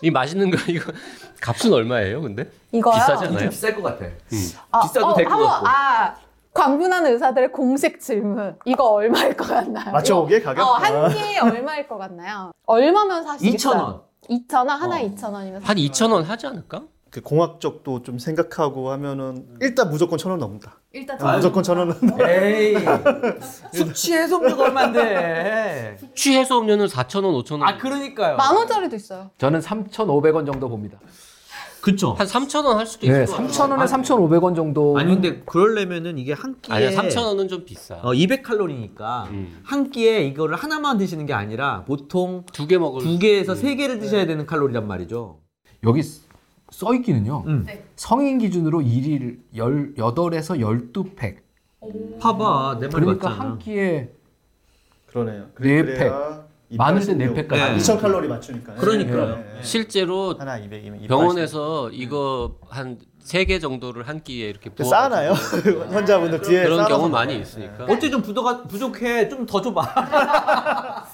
이 맛있는 거 이거 값은 얼마예요? 근데 이거요? 비싸지 않아요? 좀 비쌀 것 음. 같아. 어, 아, 비싸도 될것 한번, 같고. 아, 광분하는 의사들의 공식 질문. 이거 얼마일 것 같나요? 맞춰보게, 이거- 가격? 아. 어, 한 끼에 얼마일 것 같나요? 얼마면 사시겠어요? 2,000원. 2,000원? 하나에 2,000원이면 한 2천 원 하지 않을까? 그 공학 쪽도 좀 생각하고 하면은 일단 무조건 천 원 넘는다. 일단 아, 무조건 천 원은. 에이. 수치 해소료가 얼마인데? 수치 해소음료는 4,000원, 5,000원. 아, 그러니까요. 만 원짜리도 있어요. 저는 3,500원 정도 봅니다. 그쵸. 한 3,000원 할 수도 네, 있을 것 같아요. 3,000원에 3,500원 정도. 아니 근데 그러려면은 이게 한 끼에 아니야, 3,000원은 좀 비싸. 예. 어, 200칼로리니까 한 끼에 이거를 하나만 드시는 게 아니라 보통 두 개 먹을 두 개에서 세 개를 드셔야 되는 칼로리란 말이죠. 여기 써 있기는요. 성인 기준으로 1일 18에서 12팩. 봐봐 내 말이 그러니까 맞잖아. 한 끼에 그러네요. 네 팩. 그래야 많을 때 이빨 네 식료. 팩까지. 네. 2,000 칼로리 맞추니까. 그러니까요. 네, 네, 네. 실제로 하나 200이면 이빨 병원에서 이거 한 세 개 정도를 한 끼에 이렇게 부어 싸나요? 환자분들 뭐, 아, 뒤에 그런 싸놔서 예. 경우 많이 있으니까. 어째 좀 부족하, 부족해 좀 더 줘봐.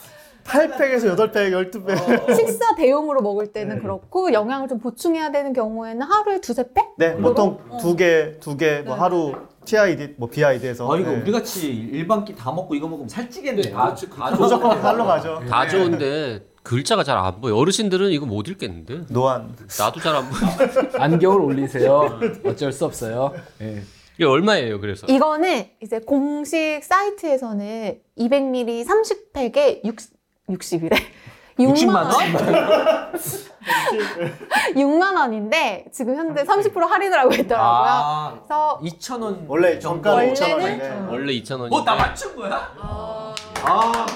8팩에서 8팩, 어. 12팩. 식사 대용으로 먹을 때는 그렇고 영양을 좀 보충해야 되는 경우에는 하루에 두세 팩? 어. 네, 보통 어. 두 개, 두 개, 네. 뭐 하루 TID, 뭐 BID에서. 아 이거 우리 같이 일반 끼 다 먹고 이거 먹으면 살찌겠네. 아, 그렇지 무조건 살로 가죠. 다 좋은데 글자가 잘 안 보여. 어르신들은 이거 못 읽겠는데. 노안. 나도 잘 안 보여. 안경을 올리세요. 어쩔 수 없어요. 예. 이게 얼마예요, 그래서? 이거는 이제 공식 사이트에서는 200ml 30팩에 60, 60이래. 6만 원? 6만 원인데 지금 현재 30% 할인을 하고 있더라고요. 아. 그래서 2,000원 네. 원래 정가 원래는 5,000원인데. 원래 2,000원인데. 뭐, 어나 맞춘 거야? 아.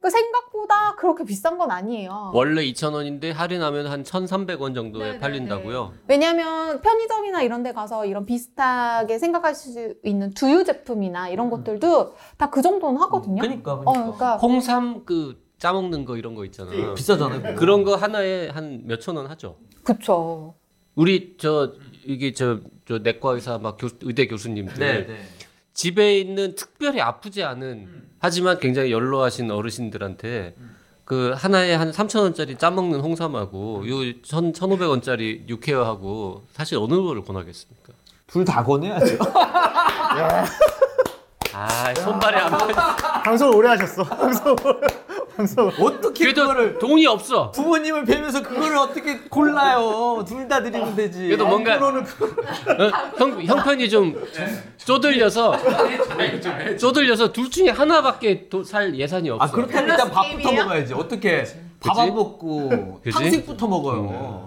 그 생각보다 그렇게 비싼 건 아니에요. 원래 2,000원인데 할인하면 한 1,300원 네, 정도에 팔린다고요. 왜냐하면 편의점이나 이런 데 가서 이런 비슷하게 생각할 수 있는 두유 제품이나 이런 것들도 다 그 정도는 하거든요. 음. 그러니까, 어, 그러니까 홍삼 그 짜먹는 거 이런 거 있잖아. 비싸잖아요, 그거. 그런 거 하나에 한 몇천 원 하죠. 그쵸. 우리 저 이게 저, 저 내과 의사 막 교, 의대 교수님들 네, 네. 집에 있는 특별히 아프지 않은 하지만 굉장히 연로하신 어르신들한테 그 하나에 한 3천 원짜리 짜먹는 홍삼하고 요 1,000, 1,500원짜리 육회하고 사실 어느 거를 권하겠습니까? 둘 다 권해야죠. 아 손발이 안 맞. 방송 오래 하셨어. 방송. 방송. 어떻게 그거를 돈이 없어. 부모님을 뵈면서 그거를 어떻게 골라요? 둘 다 드리면 되지. 아, 그래도 뭔가- 앞으로는 어? 형, 형편이 좀 쪼들려서 쪼들려서 둘 중에 하나밖에 도- 살 예산이 없어. 네, 아 그렇다면 일단 밥부터 먹어야지. 어떻게 밥 안 먹고 그지? 탕수육부터 먹어요.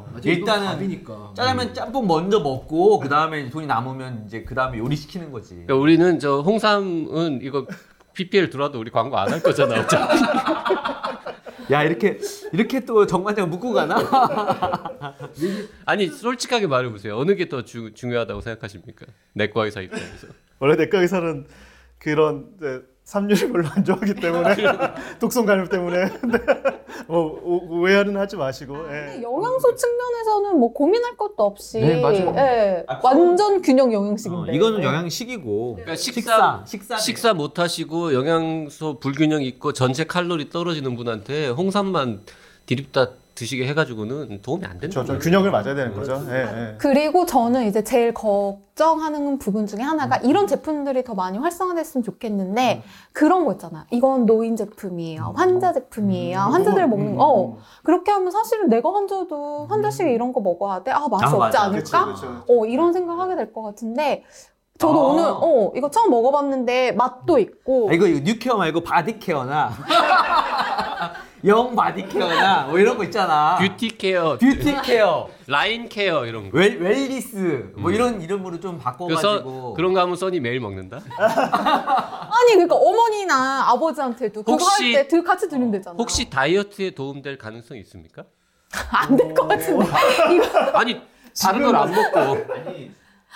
음. 맞아, 일단은 이건 밥이니까. 짜장면 짬뽕 먼저 먹고 그 다음에 돈이 남으면 이제 그 다음에 요리 시키는 거지. 그러니까 우리는 저 홍삼은 이거 PPL 들어와도 우리 광고 안 할 거잖아. 어차피. 야 이렇게 이렇게 또 정관장 묶고 가나? 아니 솔직하게 말해보세요. 어느 게 더 중요하다고 생각하십니까? 내과 의사 입장에서. 원래 내과 의사는 그런 이제 삼류를 별로 안 좋아하기 때문에 독성 간염 때문에 근데 뭐 오- 오해는 하지 마시고 예. 영양소 측면에서는 뭐 고민할 것도 없이 네, 맞아요. 예, 완전 균형 영양식인데 어, 이거는 영양식이고 그러니까 식사 식사 못 하시고 영양소 불균형 있고 전체 칼로리 떨어지는 분한테 홍삼만 디립다 드시게 해가지고는 도움이 안 된다. 저 균형을 맞아야 되는 거죠. 예, 예. 그리고 저는 이제 제일 걱정하는 부분 중에 하나가 이런 제품들이 더 많이 활성화됐으면 좋겠는데 그런 거 있잖아. 이건 노인 제품이에요. 환자 제품이에요. 환자들 먹는 거. 어. 그렇게 하면 사실은 내가 환자도 환자식 이런 거 먹어야 돼. 아, 맛이 아, 없지 맞아. 그렇죠, 않을까? 그치, 그치, 어, 이런 생각하게 될 것 같은데 저도 아. 오늘 어, 이거 처음 먹어봤는데 맛도 있고 아, 이거, 이거 뉴케어 말고 바디케어나 영 바디케어나 뭐 이런 거 있잖아. 뷰티 케어, 뷰티 케어, 라인 케어 이런 거. 웰, 웰리스 뭐 음. 이런 이름으로 좀 그래서 뭐 바꿔가지고 그런 거 하면 써니 매일 먹는다. 아니 그러니까 어머니나 아버지한테도 그거 혹시- 할 때 같이 드리면 되잖아. 혹시 다이어트에 도움될 가능성이 있습니까? 안 될 것 같은데. 아니 다른 걸 안 어, 먹고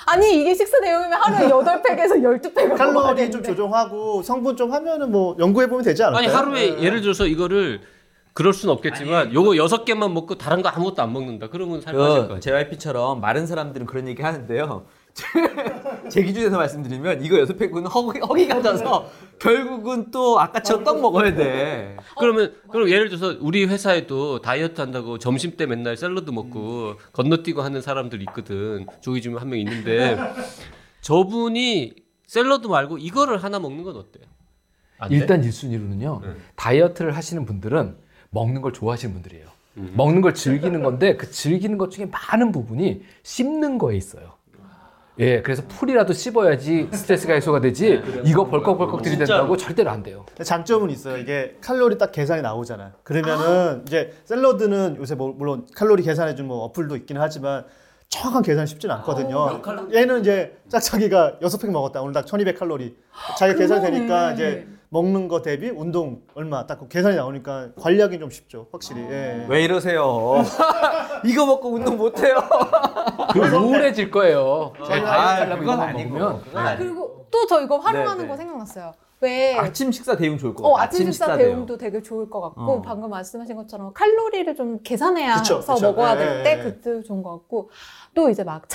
아니 이게 식사 내용이면 하루에 8팩에서 12팩을 칼로리 네. 좀 조정하고 성분 좀 하면은 뭐 연구해 보면 되지 않을까요? 아니 하루에 예를 들어서 이거를 그럴 순 없겠지만 요거 어. 여섯 개만 먹고 다른 거 아무것도 안 먹는다. 그러면 살 빠질 거야. 그 JYP처럼 마른 사람들은 그런 얘기 하는데요. 제- 제 기준에서 말씀드리면 이거 여섯 팩은 허기, 허기 같아서 결국은 또 아까처럼 떡 먹어야 돼. 그러면 그럼 예를 들어서 우리 회사에도 다이어트 한다고 점심 때 맨날 샐러드 먹고 건너뛰고 하는 사람들 있거든. 조이 좀 한 명 있는데 저분이 샐러드 말고 이거를 하나 먹는 건 어때? 안 돼? 네. 일단 1순위로는요. 다이어트를 하시는 분들은 먹는 걸 좋아하시는 분들이에요. 음. 먹는 걸 즐기는 건데 그 즐기는 것 중에 많은 부분이 씹는 거에 있어요. 예, 그래서 풀이라도 씹어야지 스트레스가 해소가 네, 되지 이거 벌컥벌컥 들이댄다고 절대로 안 돼요. 장점은 있어요. 이게 칼로리 딱 계산이 나오잖아요. 그러면은 이제 샐러드는 요새 뭐- 물론 칼로리 계산해 주는 뭐 어플도 있긴 하지만 정확한 계산이 쉽진 않거든요. 얘는 이제 짝짝이가 여섯 팩 먹었다. 오늘 딱 1200 칼로리. 자기가 그러네. 계산되니까 이제 먹는 거 대비 운동 얼마 딱 그 계산이 나오니까 관리하기 좀 쉽죠. 확실히. 아. 예. 왜 이러세요? 이거 먹고 운동 못해요. 그 아, 우울해질 거예요. 제가 다이어트 하려면 이거 먹으면. 아, 그리고 또 저 이거 활용하는 네, 네. 거 생각났어요. 왜? 아침 식사 대용 좋을 것 같아요. 어, 아침 식사 대용도 되게 좋을 것 같고 어. 방금 말씀하신 것처럼 칼로리를 좀 계산해야 그쵸, 해서 그쵸. 먹어야 예, 될 예, 때 예. 그때 좋은 것 같고 또 이제 막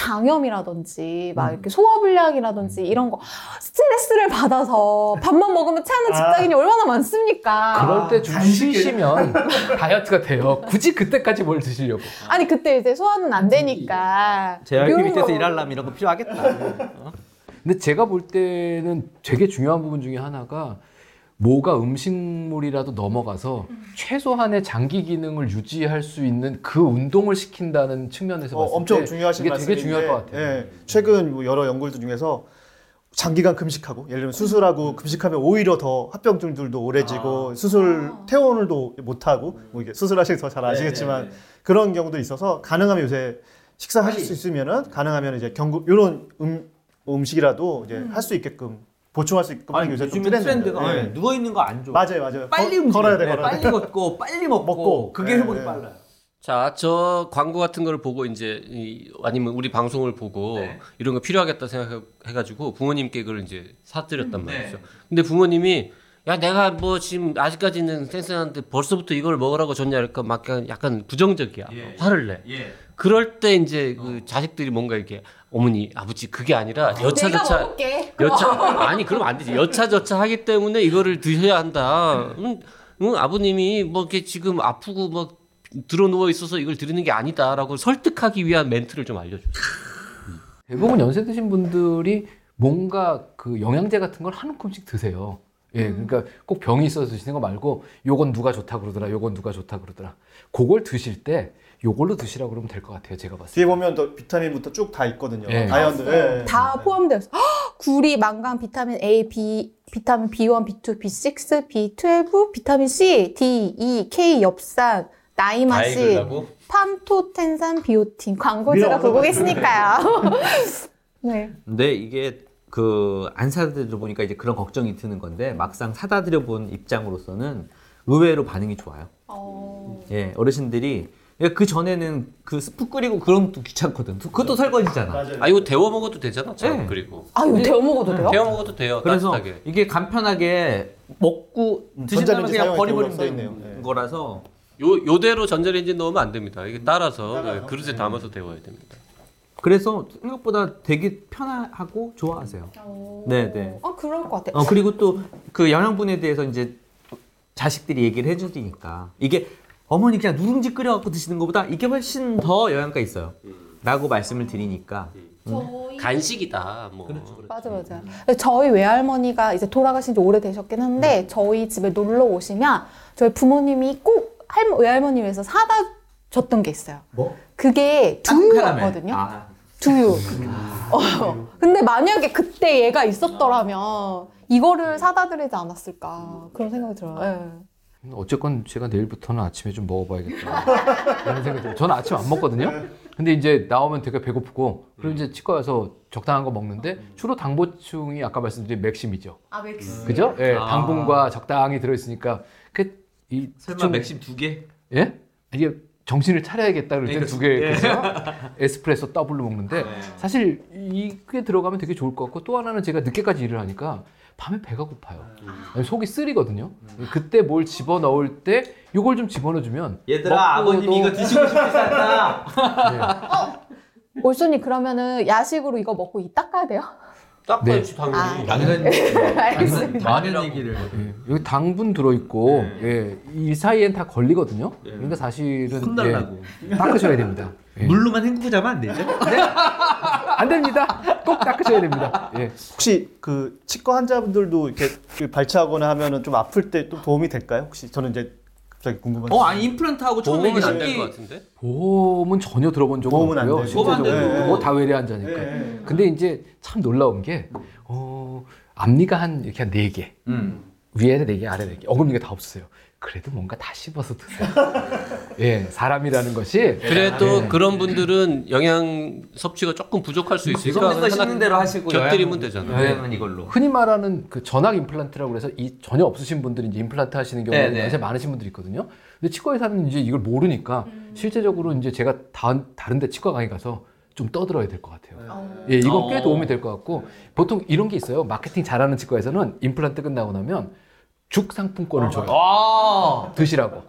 장염이라든지 막 이렇게 소화불량이라든지 이런 거 스트레스를 받아서 밥만 먹으면 체하는 직장인이 얼마나 많습니까? 그럴 때 아, 좀 쉬시면 다이어트가 돼요. 굳이 그때까지 뭘 드시려고. 아니 그때 이제 소화는 안 되니까 요런 거. 일하려면 이런 거 필요하겠다. 근데 제가 볼 때는 되게 중요한 부분 중에 하나가 뭐가 음식물이라도 넘어가서 최소한의 장기 기능을 유지할 수 있는 그 운동을 시킨다는 측면에서 어, 봤을 엄청 때 중요하신 이게 말씀인데 되게 중요할 것 같아요. 예, 최근 뭐 여러 연구들 중에서 장기간 금식하고 예를 들면 수술하고 금식하면 오히려 더 합병증들도 아. 오래지고 수술 아. 퇴원을도 못하고 뭐 이게 수술하시기 더 잘 아시겠지만 네, 네, 그런 경우도 있어서 가능하면 요새 식사하실 수 있으면은 가능하면 이제 경구 이런 음, 음식이라도 이제 할 수 있게끔 보충할 수 있게끔 하는 게그 요새 좀 요즘에 트렌드인데. 트렌드가 예. 누워 있는 거 안 좋아. 맞아요, 맞아요. 빨리 걸- 움직여야 걸어야 돼, 돼. 걸어야 돼. 빨리 걷고 빨리 먹고, 그게 회복이 예, 빨라요. 자, 저 광고 같은 거를 보고 이제 이, 아니면 우리 방송을 보고 이런 거 필요하겠다 생각해 가지고 부모님께 그걸 이제 사드렸단 음, 네. 말이죠. 근데 부모님이 야 내가 뭐 지금 아직까지는 센스한데 벌써부터 이걸 먹으라고 줬냐 그러니까 막 약간- 약간 부정적이야. 화를 내. 예. 그럴 때 이제 그 자식들이 뭔가 이렇게 어머니 아버지 그게 아니라 내가 여차저차 먹을게. 여차 아니 그럼 안 되지 여차저차 하기 때문에 이거를 드셔야 한다. 네. 응, 응, 아버님이 뭐 이렇게 지금 아프고 막 들어 누워 있어서 이걸 드리는 게 아니다라고 설득하기 위한 멘트를 좀 알려줘. 대부분 연세 드신 분들이 뭔가 그 영양제 같은 걸 한 움큼씩 드세요. 예, 그러니까 꼭 병이 있어서 드시는 거 말고 요건 누가 좋다 그러더라, 요건 누가 좋다 그러더라. 그걸 드실 때 요걸로 드시라고 그러면 될 것 같아요. 제가 봤을 때. 뒤에 보면 또 비타민부터 쭉 다 있거든요. 예. 아이언들. 예, 예. 다 포함되어 있어. 헉! 구리, 망간, 비타민 A, B, 비타민 B1, B2, B6, B12, 비타민 C, D, E, K, 엽산, 나이마신, 팜토텐산, 비오틴. 광고 제가 미안, 보고 어서 계시니까요. 네. 근데 이게 그 안 사다 들여 보니까 이제 그런 걱정이 드는 건데 막상 사다 들여 본 입장으로서는 의외로 반응이 좋아요. 예, 어르신들이 예, 그 전에는 그 스프 끓이고 그런 것도 귀찮거든. 그것도 설거지잖아. 아 이거 데워 먹어도 되잖아. 참 그리고 아, 이거 데워 먹어도 돼요? 데워 먹어도 돼요. 네. 그래서 따뜻하게. 이게 간편하게 먹고 드신다면 음, 전자레인지 그냥 사용할 버리버리면 경우가 네. 되는 거라서 요 요대로 전자레인지 넣으면 안 됩니다. 이게 따라서, 예, 네. 그릇에 담아서 데워야 됩니다. 그래서 생각보다 되게 편하고 좋아하세요. 네, 네. 어, 그럴 것 같아. 어, 그리고 또 그 영양분에 대해서 이제 자식들이 얘기를 해주니까 이게 어머니 그냥 누룽지 끓여갖고 드시는 것보다 이게 훨씬 더 영양가 있어요. 라고 말씀을 드리니까 간식이다. 뭐 그렇죠, 맞아 맞아. 저희 외할머니가 이제 돌아가신 지 오래되셨긴 한데 저희 집에 놀러 오시면 저희 부모님이 꼭 할머, 외할머니 위해서 사다 줬던 게 있어요. 뭐? 아. 그게 두유였거든요. 두유. 어. 근데 만약에 그때 얘가 있었더라면 이거를 사다 드리지 않았을까 그런 생각이 들어요. 예. 어쨌건 제가 내일부터는 아침에 좀 먹어봐야겠다. 이런 생각이 들어요. 저는 아침 안 먹거든요. 근데 이제 나오면 되게 배고프고, 그리고 이제 치과 가서 적당한 거 먹는데, 주로 당보충이 아까 말씀드린 맥심이죠. 아 맥심. 그죠? 예, 아. 당분과 적당히 들어있으니까. 그, 이, 설마 좀- 맥심 두 개? 예? 이게 정신을 차려야겠다 그럴 네, 때 두 개, 그죠? 예. 에스프레소 더블로 아, 먹는데, 사실 이게 들어가면 되게 좋을 것 같고, 또 하나는 제가 늦게까지 일을 하니까, 밤에 배가 고파요. 아니, 속이 쓰리거든요. 그때 뭘 집어 넣을 때, 이걸 좀 집어넣어 주면 얘들아 아버님 이거 드시고 싶지 않나? 예. 올순이 그러면은 야식으로 이거 먹고 이 닦아야 돼요? 닦아야지 네. 당연히. 아, 알겠습니다. 많은 얘기를 예, 여기 당분 들어있고 네. 예, 이 사이엔 다 걸리거든요. 그러니까 사실은 혼날라고. 예, 닦으셔야 됩니다. 예. 예. 물로만 헹구고 자면 안 되죠? 안 됩니다. 꼭 닦으셔야 됩니다. 예. 혹시 그 치과 환자분들도 이렇게 그 발치하거나 하면은 좀 아플 때 또 도움이 될까요? 혹시 저는 이제 갑자기 궁금한. 어, 아니 임플란트하고 처음에 보험은 이게 안될것 식기 같은데? 보험은 전혀 들어본 적은 보험은 안 없고요. 되죠. 보험 안 실제적으로 되고. 뭐다 외래환자니까. 예, 예. 근데 이제 참 놀라운 게 어, 앞니가 한 이렇게 한 네 개. 위에 네 개, 아래 네 개. 어금니가 다 없었어요. 그래도 뭔가 다 씹어서 드세요. 예, 사람이라는 것이 네. 아, 그래도 예. 그런 분들은 영양 섭취가 조금 부족할 네. 수 있으니까 부족한 거 씹는 네. 대로 하시고 곁들이면 영양은- 되잖아요. 영양은 이걸로. 흔히 말하는 그 전학 임플란트라고 해서 이 전혀 없으신 분들이 이제 임플란트 하시는 경우가 네네. 굉장히 많으신 분들이 있거든요. 근데 치과의사는 이제 이걸 모르니까 실제적으로 이제 제가 다, 다른데 치과 강의 가서 좀 떠들어야 될 것 같아요. 예, 이건 꽤 어. 도움이 될 것 같고 보통 이런 게 있어요. 마케팅 잘하는 치과에서는 임플란트 끝나고 나면 죽 상품권을 어. 줘요. 아! 드시라고.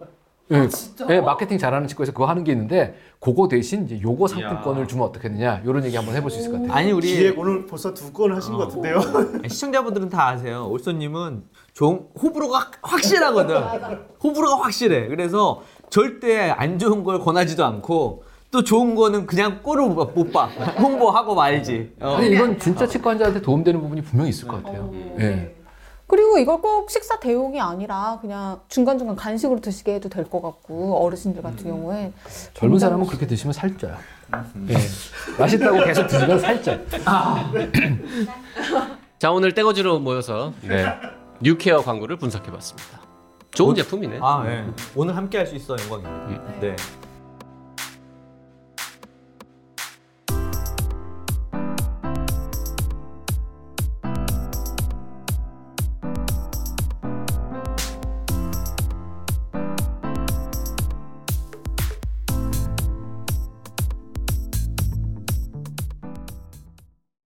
예, 예, 마케팅 잘하는 치과에서 그거 하는 게 있는데 그거 대신 이제 요거 상품권을 주면 어떻겠느냐 이런 얘기 한번 해볼 수 있을 것 같아요. 아니, 우리- 아. 기획 오늘 벌써 두 건 하신 것 같은데요. 시청자분들은 다 아세요. 올소님은 종 호불호가 확- 확실하거든. 호불호가 확실해. 그래서 절대 안 좋은 걸 권하지도 않고 또 좋은 거는 그냥 꼴을 못 봐- 못 봐. 홍보하고 말지. 어. 근데 이건 진짜 치과 환자한테 도움되는 부분이 분명히 있을 것 같아요. 예. 그리고 이걸 꼭 식사 대용이 아니라 그냥 중간중간 간식으로 드시게 해도 될 것 같고 어르신들 같은 경우에 음. 젊은 사람은 그렇게 드시면 살쪄요. 예. 맛있다고 계속 드시면 살쪄. 자 오늘 떼거지로 모여서 네. 뉴케어 광고를 분석해봤습니다. 좋은 제품이네. 아, 예. 오늘 함께 할 수 있어 영광입니다. 네.